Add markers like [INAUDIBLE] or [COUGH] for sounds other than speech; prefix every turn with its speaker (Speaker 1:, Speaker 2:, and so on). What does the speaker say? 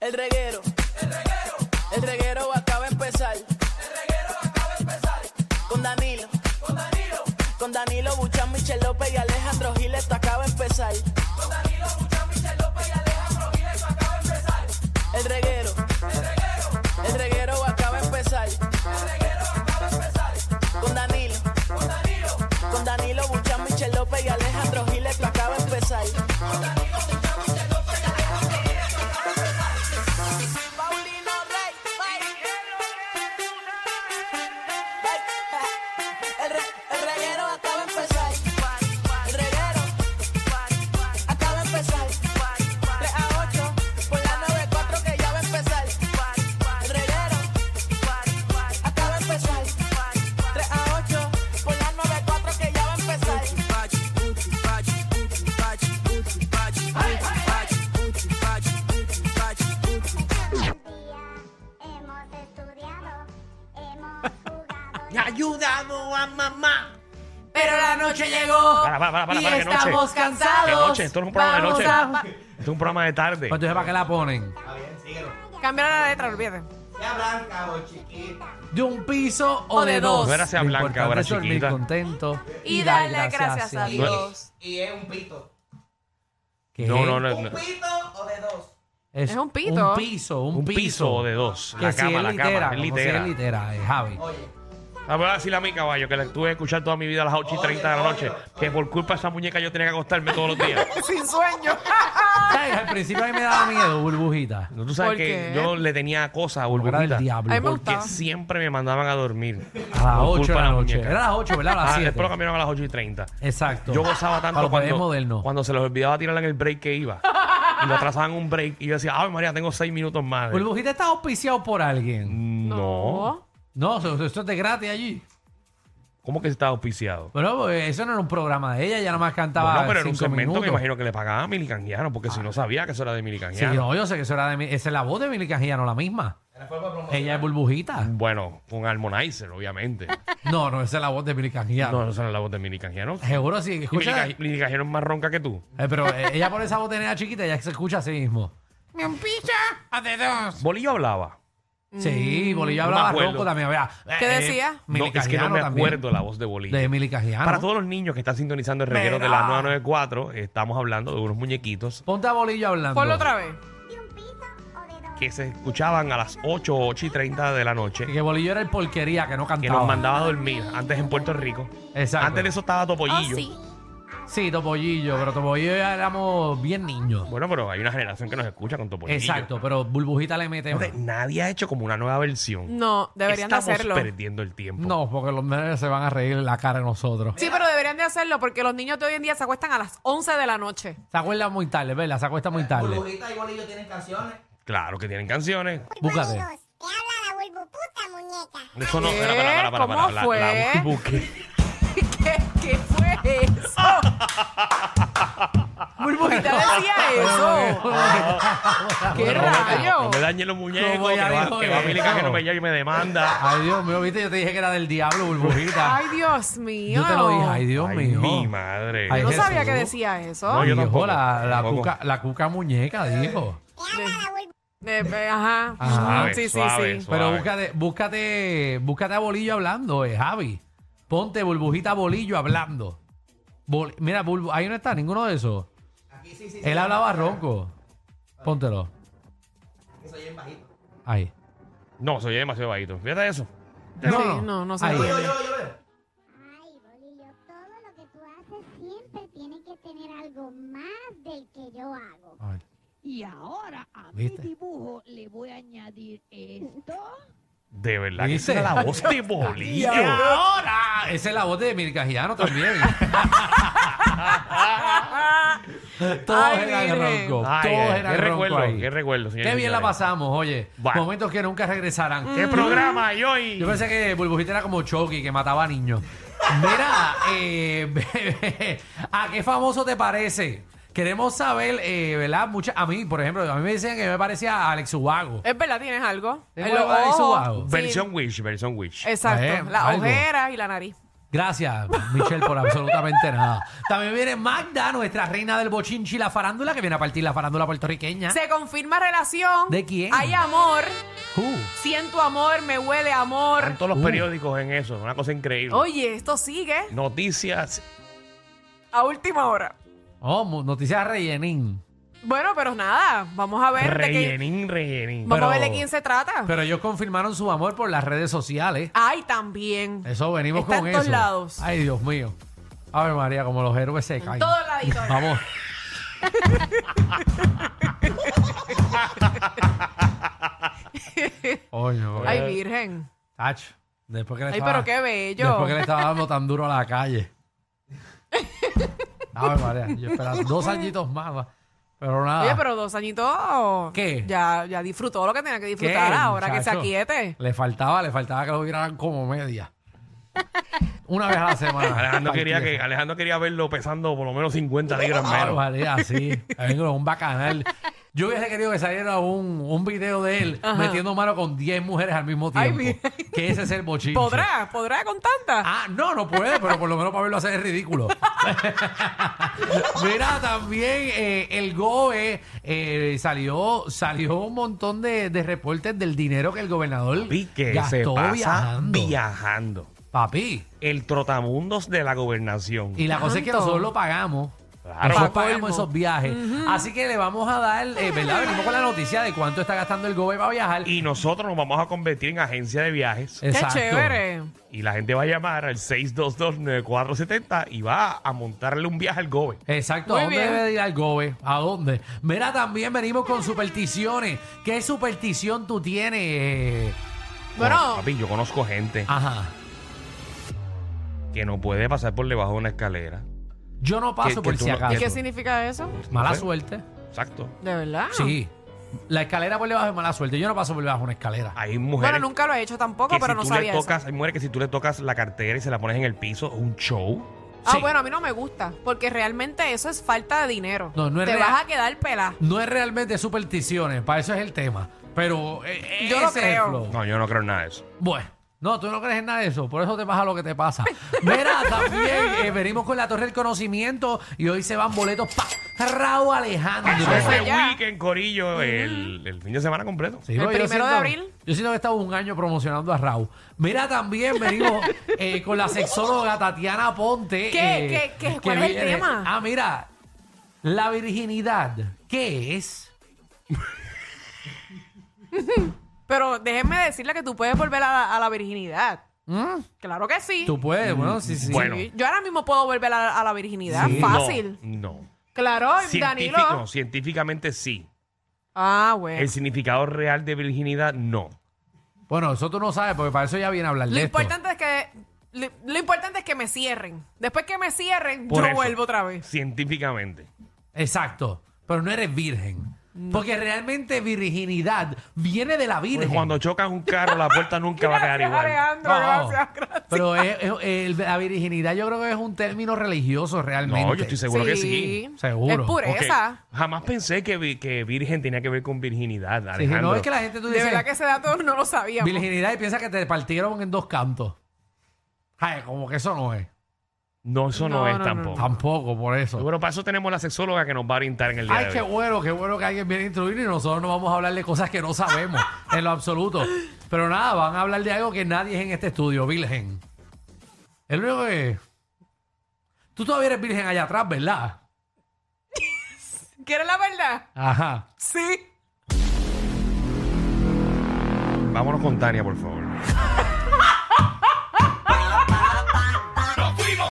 Speaker 1: El reguero. El reguero. El reguero acaba de empezar. El reguero acaba de empezar. Con Danilo. Con Danilo. Con Danilo Buchan, Michel López y Alejandro Giles, esto acaba de empezar. Con Danilo Buchan, Michel López y Alejandro Giles, esto acaba de empezar. El reguero. El reguero. El reguero acaba de empezar. El reguero acaba de empezar. Con Danilo. Con Danilo. Con Danilo Buchan, Michel López y Alejandro Giles, esto acaba de empezar. Paulino Rey, El, re, el reguero acaba de empezar. El reguero acaba de empezar. 3 a 8 por la 94 que ya va a empezar. El reguero acaba de empezar. 3 a 8 por la 94 que ya va a empezar.
Speaker 2: día hemos estudiado, hemos jugado.
Speaker 3: Y ayudamos a mamá.
Speaker 4: Pero la noche llegó
Speaker 5: Para, para, para, para,
Speaker 4: y
Speaker 5: para, que noche.
Speaker 4: estamos cansados.
Speaker 5: De noche, esto no es un programa de
Speaker 4: Vamos
Speaker 5: noche.
Speaker 4: a-
Speaker 5: Esto es un programa de tarde.
Speaker 3: Pues entonces, ¿para qué la ponen?
Speaker 4: Cambiar la letra, olvídate.
Speaker 3: ¿De un piso o,
Speaker 4: O de dos.
Speaker 5: No era sea
Speaker 3: Lo
Speaker 5: blanca,
Speaker 3: importante
Speaker 5: ahora
Speaker 3: es dormir
Speaker 5: chiquita.
Speaker 3: contento
Speaker 4: Y, darle las gracias a Dios.
Speaker 6: Y es un pito.
Speaker 3: ¿Qué?
Speaker 5: No, no, no.
Speaker 6: ¿Un
Speaker 5: no.
Speaker 6: pito o de dos?
Speaker 4: Es un pito.
Speaker 3: Un piso, un,
Speaker 5: Un piso de dos. La
Speaker 3: que si
Speaker 5: cama,
Speaker 3: es
Speaker 5: la
Speaker 3: litera,
Speaker 5: cama. Es
Speaker 3: como si
Speaker 5: litera.
Speaker 3: es litera, eh, Javi.
Speaker 6: Oye,
Speaker 5: La verdad, decirle Ah, a mi caballo que la tuve que escuchar toda mi vida a las 8 y 30 de la noche. Que por culpa de esa muñeca yo tenía que acostarme todos los días.
Speaker 4: Sin sueño.
Speaker 3: ¿Sabes? Al principio a mí me daba miedo, burbujita.
Speaker 5: No, Tú sabes
Speaker 4: ¿Por
Speaker 5: que
Speaker 4: qué?
Speaker 5: yo le tenía cosas a
Speaker 3: Era
Speaker 5: Burbujita.
Speaker 3: el diablo.
Speaker 4: Ay, me
Speaker 5: Porque
Speaker 4: gustaba.
Speaker 5: siempre me mandaban a dormir.
Speaker 3: A las
Speaker 5: Por
Speaker 3: 8
Speaker 5: culpa
Speaker 3: de la noche.
Speaker 5: muñeca.
Speaker 3: Era a las 8, ¿verdad? A las
Speaker 5: Ah,
Speaker 3: 7.
Speaker 5: después lo cambiaron a las 8 y 30.
Speaker 3: Exacto.
Speaker 5: Yo gozaba
Speaker 3: Para
Speaker 5: tanto
Speaker 3: los bebés
Speaker 5: cuando,
Speaker 3: modernos.
Speaker 5: cuando se los olvidaba tirarla en el break que iba. Y lo atrasaban un break. Y yo decía, ay María, tengo 6 minutos más.
Speaker 3: Burbujita está auspiciado por alguien.
Speaker 5: No.
Speaker 3: No, eso, eso es de gratis allí.
Speaker 5: ¿Cómo que estaba auspiciado?
Speaker 3: Bueno, pues, eso no era un programa de ella, ella nada más cantaba.
Speaker 5: Bueno, pero era un
Speaker 3: cinco
Speaker 5: segmento que
Speaker 3: minutos.
Speaker 5: imagino que le pagaban a Milicangiano, porque si no sabía que eso era de
Speaker 3: Sí,
Speaker 5: Milicangiano.
Speaker 3: no, yo sé que eso era de mi- Esa es la voz de Milly no la misma. Ella es burbujita.
Speaker 5: Bueno, con Harmonizer,
Speaker 3: [LAUGHS]
Speaker 5: obviamente.
Speaker 3: No, no, esa es la voz de Milly
Speaker 5: no, esa no es la voz de Milicangiano.
Speaker 3: Seguro sí.
Speaker 5: Y
Speaker 3: Escucha,
Speaker 5: Milica- Milicangiano es más ronca que tú.
Speaker 3: eh, pero eh, ella por esa voz tenía chiquita, ella se escucha a sí mismo.
Speaker 4: Me un picha a de dos.
Speaker 5: Bolillo hablaba.
Speaker 3: Sí,
Speaker 4: Mm.
Speaker 3: Bolillo
Speaker 5: No me
Speaker 3: hablaba
Speaker 5: acuerdo.
Speaker 3: ronco también. Vea, eh,
Speaker 4: ¿Qué decía?
Speaker 5: No, es que no me
Speaker 3: también,
Speaker 5: acuerdo la voz de Bolillo.
Speaker 3: De Milly
Speaker 5: Para todos los niños que están sintonizando el reguero de la 994, estamos hablando de unos muñequitos
Speaker 3: Ponte a Bolillo hablando.
Speaker 4: Ponlo otra vez.
Speaker 2: ¿De un piso o de dos?
Speaker 5: que se escuchaban a las 8, 8 y 30 de la noche,
Speaker 3: Y Que Bolillo era el porquería que no
Speaker 5: que
Speaker 3: cantaba.
Speaker 5: nos mandaba a dormir, antes en Puerto Rico.
Speaker 3: Exacto.
Speaker 5: Antes de eso estaba Topollillo.
Speaker 3: Ah, Sí, Topollillo, pero Topollillo ya éramos bien niños.
Speaker 5: Bueno, pero hay una generación que nos escucha con Topollillo.
Speaker 3: Exacto, pero Burbujita le mete.
Speaker 5: Entonces, nadie ha hecho como una nueva versión.
Speaker 4: No, deberían de
Speaker 5: Estamos
Speaker 4: hacerlo.
Speaker 5: perdiendo el tiempo.
Speaker 3: No, porque los nenes se van a reír en la cara de nosotros.
Speaker 4: Sí, pero deberían de hacerlo porque los niños de hoy en día se acuestan a las 11 de la noche. [LAUGHS]
Speaker 3: Se acuerda muy tarde, ¿verdad? Se acuesta muy tarde.
Speaker 6: Burbujita y Bolillo tienen canciones.
Speaker 5: Claro que tienen canciones.
Speaker 3: Búscate.
Speaker 2: Compañeros, Te habla la bulbuputa muñeca.
Speaker 5: Eso no,
Speaker 4: ¿Qué?
Speaker 5: espera, espera, espera,
Speaker 4: ¿Cómo
Speaker 5: espera,
Speaker 4: fue?
Speaker 5: La, la busqué.
Speaker 4: ¿Qué, qué fue eso? Burbujita decía eso. ¡Qué
Speaker 5: No me da- No
Speaker 4: rayo!
Speaker 5: me dañen los muñecos,
Speaker 3: ¿Cómo
Speaker 5: que
Speaker 3: ya
Speaker 5: va,
Speaker 3: dijo
Speaker 5: que va
Speaker 3: eso?
Speaker 5: Milica que no me llame y me demanda.
Speaker 3: Ay, Dios mío, viste, yo te dije que era del diablo, burbujita.
Speaker 4: ¡Ay, Dios mío!
Speaker 3: yo te lo dije, ay, Dios
Speaker 5: Ay,
Speaker 3: mío.
Speaker 5: mi madre.
Speaker 3: Ay,
Speaker 4: No
Speaker 3: Jesús.
Speaker 4: sabía que decía eso.
Speaker 5: No, yo
Speaker 3: Dijo,
Speaker 5: tampoco,
Speaker 3: La, la
Speaker 5: tampoco.
Speaker 3: cuca, la cuca muñeca, dijo.
Speaker 2: Te habla la bulbuputa.
Speaker 4: Eh, eh, ajá.
Speaker 3: Ajá.
Speaker 5: Suave,
Speaker 4: sí, sí,
Speaker 5: suave,
Speaker 4: sí. [LAUGHS]
Speaker 3: Pero
Speaker 5: suave.
Speaker 3: búscate, búscate, búscate a Bolillo hablando, eh, Javi. Ponte burbujita a Bolillo hablando. Bol- Mira, Bulbu- ahí no está ninguno de esos.
Speaker 6: Aquí sí, sí. sí.
Speaker 3: Él hablaba ronco. Póntelo.
Speaker 6: Aquí soy bien bajito.
Speaker 3: Ahí.
Speaker 5: No, se oye demasiado bajito. Fíjate eso.
Speaker 4: Sí, no, no se
Speaker 3: Ahí.
Speaker 6: Yo,
Speaker 4: entiende.
Speaker 6: yo, yo veo.
Speaker 2: Ay, Bolillo, todo lo que tú haces siempre tiene que tener algo más del que yo hago.
Speaker 3: Ay.
Speaker 7: Y ahora a
Speaker 3: ¿Viste?
Speaker 7: mi dibujo le voy a añadir esto.
Speaker 5: De verdad, que
Speaker 3: Dice.
Speaker 5: esa era la voz
Speaker 4: [LAUGHS]
Speaker 5: de Bolillo.
Speaker 3: ahora! Esa es la voz de Mircajiano
Speaker 5: [LAUGHS]
Speaker 3: también. Todos
Speaker 4: Ay,
Speaker 3: eran
Speaker 4: Virgen.
Speaker 3: roncos.
Speaker 5: Ay,
Speaker 3: Todos
Speaker 5: ay,
Speaker 3: eran
Speaker 5: qué recuerdo,
Speaker 3: roncos ahí.
Speaker 5: qué recuerdo, señor
Speaker 3: Qué bien la
Speaker 5: Mircajiano.
Speaker 3: pasamos, oye.
Speaker 5: Bueno.
Speaker 3: Momentos que nunca regresarán.
Speaker 5: ¿Qué programa hay hoy?
Speaker 3: Yo pensé que Burbujita era como Chucky, que mataba a niños. Mira, [LAUGHS] eh, [LAUGHS] ¿a qué famoso te parece? Queremos saber, eh, ¿verdad? Mucha- a mí, por ejemplo, a mí me decían que me parecía a Alex Ubago.
Speaker 4: Es verdad, tienes algo.
Speaker 3: Tengo
Speaker 4: En los
Speaker 3: algo de
Speaker 4: ojos.
Speaker 3: subago.
Speaker 4: Sí.
Speaker 5: Versión Wish, versión Wish.
Speaker 4: Exacto.
Speaker 3: Eh,
Speaker 4: la
Speaker 3: algo.
Speaker 4: ojera y la nariz.
Speaker 3: Gracias, Michelle, por absolutamente nada. También viene Magda, nuestra reina del bochinchi y la farándula, que viene a partir la farándula puertorriqueña.
Speaker 4: Se confirma relación.
Speaker 3: ¿De quién?
Speaker 4: Hay amor.
Speaker 3: Uh,
Speaker 4: Siento amor, me huele amor.
Speaker 5: Están todos los
Speaker 3: Uh.
Speaker 5: periódicos en eso. Una cosa increíble.
Speaker 4: Oye, esto sigue
Speaker 5: Noticias.
Speaker 4: a última hora.
Speaker 3: oh, mu- noticias rellenín.
Speaker 4: Bueno, pero nada, vamos a ver de qué,
Speaker 5: Rellenín, rellenín.
Speaker 4: vamos a ver
Speaker 3: Pero-
Speaker 4: de quién se trata.
Speaker 3: Pero ellos confirmaron su amor por las redes sociales.
Speaker 4: Ay, también.
Speaker 3: Eso venimos
Speaker 4: Está
Speaker 3: con
Speaker 4: en todos
Speaker 3: eso.
Speaker 4: lados.
Speaker 3: Ay, Dios mío. A ver, María, como los héroes se caen.
Speaker 4: Todo ladito.
Speaker 3: Vamos. Coño,
Speaker 4: Ay, virgen.
Speaker 3: Tacho, después que le
Speaker 4: Ay,
Speaker 3: estaba-
Speaker 4: pero qué bello.
Speaker 3: Después que le estaba dando tan duro a
Speaker 4: [LAUGHS]
Speaker 3: la calle. Ave María, yo esperaba dos añitos más. va. Pero nada.
Speaker 4: Oye, pero dos añitos.
Speaker 3: Ah. ¿Qué?
Speaker 4: Ya, ya disfrutó lo que tenía que
Speaker 3: ¿qué,
Speaker 4: disfrutar ahora que se
Speaker 3: muchacho?
Speaker 4: aquiete.
Speaker 3: Le faltaba, le faltaba que lo viraran como media. Una vez a la semana.
Speaker 5: Alejandro quería,
Speaker 3: Cualquiera.
Speaker 5: que, Alejandro quería verlo pesando por lo menos 50 libras
Speaker 3: Claro,
Speaker 5: menos.
Speaker 3: María, sí. Ahí con un bacanal. Yo hubiese querido que saliera un, un video de él metiendo mano con 10 mujeres al mismo
Speaker 4: Ay,
Speaker 3: tiempo. que ese es el bochinche.
Speaker 4: ¿Podrá? ¿Podrá con tanta?
Speaker 3: Ah, no, no puede, pero por lo menos para verlo hacer es ridículo. [LAUGHS] Mira, también eh, el GOE eh, salió, salió un montón de, de reportes del dinero que el gobernador
Speaker 5: Y que se
Speaker 3: gastó
Speaker 5: pasa
Speaker 3: viajando.
Speaker 5: viajando.
Speaker 3: Papi.
Speaker 5: El trotamundos de la gobernación.
Speaker 3: Y la cosa es que
Speaker 4: Tanto.
Speaker 3: nosotros lo pagamos.
Speaker 5: Claro.
Speaker 3: Nosotros
Speaker 4: Pa'
Speaker 3: pagamos
Speaker 4: colmo.
Speaker 3: esos viajes. Así que le vamos a dar, eh, ¿verdad? Venimos con la noticia de cuánto está gastando el gobe para viajar.
Speaker 5: Y nosotros nos vamos a convertir en agencia de viajes.
Speaker 3: Eh.
Speaker 4: Qué chévere.
Speaker 5: Y la gente va a llamar al 622-9470 y va a montarle un viaje al Gobe.
Speaker 3: Exacto,
Speaker 4: Muy
Speaker 3: ¿a dónde
Speaker 4: bien.
Speaker 3: debe de ir al gobe? ¿A dónde? Mira, también venimos con supersticiones. ¿Qué superstición tú tienes? eh?
Speaker 4: Bueno,
Speaker 5: Papi, yo conozco gente
Speaker 3: Ajá.
Speaker 5: que no puede pasar por debajo de una escalera.
Speaker 3: Yo no paso
Speaker 5: Que-
Speaker 3: por
Speaker 5: que tú
Speaker 3: si
Speaker 5: no-
Speaker 3: acaso.
Speaker 4: ¿y qué significa eso?
Speaker 3: Mala
Speaker 5: No sé.
Speaker 3: suerte.
Speaker 5: Pues, Exacto.
Speaker 4: ¿De verdad?
Speaker 3: Sí. La escalera por debajo es mala suerte. Yo no paso por debajo de una escalera.
Speaker 5: Hay mujeres
Speaker 4: Bueno, nunca lo he hecho tampoco,
Speaker 5: que
Speaker 4: pero
Speaker 5: si
Speaker 4: no
Speaker 5: tú
Speaker 4: sabía
Speaker 5: le tocas, hay mujeres que si tú le tocas la cartera y se la pones en el piso, es un show.
Speaker 4: eso. Ah,
Speaker 3: Sí.
Speaker 4: bueno, a mí no me gusta, porque realmente eso es falta de dinero.
Speaker 3: No, no es
Speaker 4: Te
Speaker 3: real.
Speaker 4: vas a quedar pelada.
Speaker 3: No es realmente supersticiones, para eso es el tema. Pero eh,
Speaker 4: Yo lo
Speaker 3: ese es el
Speaker 4: creo.
Speaker 3: flow.
Speaker 5: No, yo no creo en nada de eso.
Speaker 3: Bueno, no, tú no crees en nada de eso, por eso te pasa lo que te pasa.
Speaker 4: [LAUGHS]
Speaker 3: Mira, también eh, venimos con la Torre del Conocimiento y hoy se van boletos para Raúl Alejandro.
Speaker 5: Ese
Speaker 4: Ah, ya.
Speaker 5: weekend, Corillo, el, el fin de semana completo.
Speaker 3: Sí,
Speaker 4: El
Speaker 3: porque yo
Speaker 4: primero de abril.
Speaker 3: Yo siento que he estado un año promocionando a Raúl. Mira, también venimos eh, con la sexóloga Tatiana Ponte.
Speaker 4: ¿Qué?
Speaker 3: eh,
Speaker 4: ¿Qué? ¿Qué?
Speaker 3: que
Speaker 4: ¿Cuál es el
Speaker 3: viene.
Speaker 4: tema?
Speaker 3: Ah, mira, la virginidad, ¿qué es?
Speaker 4: Pero déjenme decirle que tú puedes volver a la, a la virginidad.
Speaker 3: ¿Mm?
Speaker 4: Claro que sí.
Speaker 3: Tú puedes, bueno, sí, sí.
Speaker 5: Bueno.
Speaker 4: Sí, Yo ahora mismo puedo volver a, la- a la virginidad.
Speaker 5: No,
Speaker 4: Fácil.
Speaker 5: No.
Speaker 4: Claro, y
Speaker 5: Científico,
Speaker 4: Danilo.
Speaker 5: no, científicamente sí.
Speaker 4: Ah, bueno.
Speaker 5: El significado real de virginidad, no.
Speaker 3: Bueno, eso tú no sabes, porque para eso ya viene a hablar
Speaker 4: Lo
Speaker 3: de esto.
Speaker 4: importante es que lo, lo importante es que me cierren. Después que me cierren,
Speaker 5: Por
Speaker 4: yo
Speaker 5: eso.
Speaker 4: vuelvo otra vez.
Speaker 5: Científicamente.
Speaker 3: Exacto, pero no eres virgen. Porque realmente virginidad viene de la
Speaker 5: Porque
Speaker 3: virgen.
Speaker 5: cuando chocas un carro, la puerta nunca va a quedar igual.
Speaker 4: Alejandro,
Speaker 3: No,
Speaker 4: gracias, gracias.
Speaker 3: Pero es- es- el- la virginidad yo creo que es un término religioso realmente.
Speaker 5: No, yo estoy seguro que sí.
Speaker 3: Seguro.
Speaker 4: Es
Speaker 5: Ok.
Speaker 4: pureza.
Speaker 5: Jamás pensé que, vi- que virgen tenía que ver con virginidad,
Speaker 3: Sí, sí,
Speaker 5: Alejandro.
Speaker 3: no es que la gente tú
Speaker 4: De
Speaker 3: dices
Speaker 4: verdad que ese dato no lo sabíamos.
Speaker 3: virginidad y piensa que te partieron en dos cantos. Ay, como que eso no es.
Speaker 5: No, eso no,
Speaker 4: No,
Speaker 5: es
Speaker 4: no, no,
Speaker 5: tampoco.
Speaker 3: Tampoco por eso.
Speaker 5: Bueno, para eso tenemos la sexóloga que nos va a orientar en el día
Speaker 3: Ay,
Speaker 5: de
Speaker 3: qué
Speaker 5: hoy.
Speaker 3: bueno, qué bueno que alguien viene a instruir y nosotros no vamos a hablar de cosas que no [LAUGHS] sabemos en lo absoluto. Pero nada, van a hablar de algo que nadie es en este estudio, virgen. El único que... Tú todavía eres virgen allá atrás, ¿verdad?
Speaker 4: ¿Quieres la verdad?
Speaker 3: Ajá.
Speaker 4: Sí.
Speaker 5: Vámonos con Tania, por favor.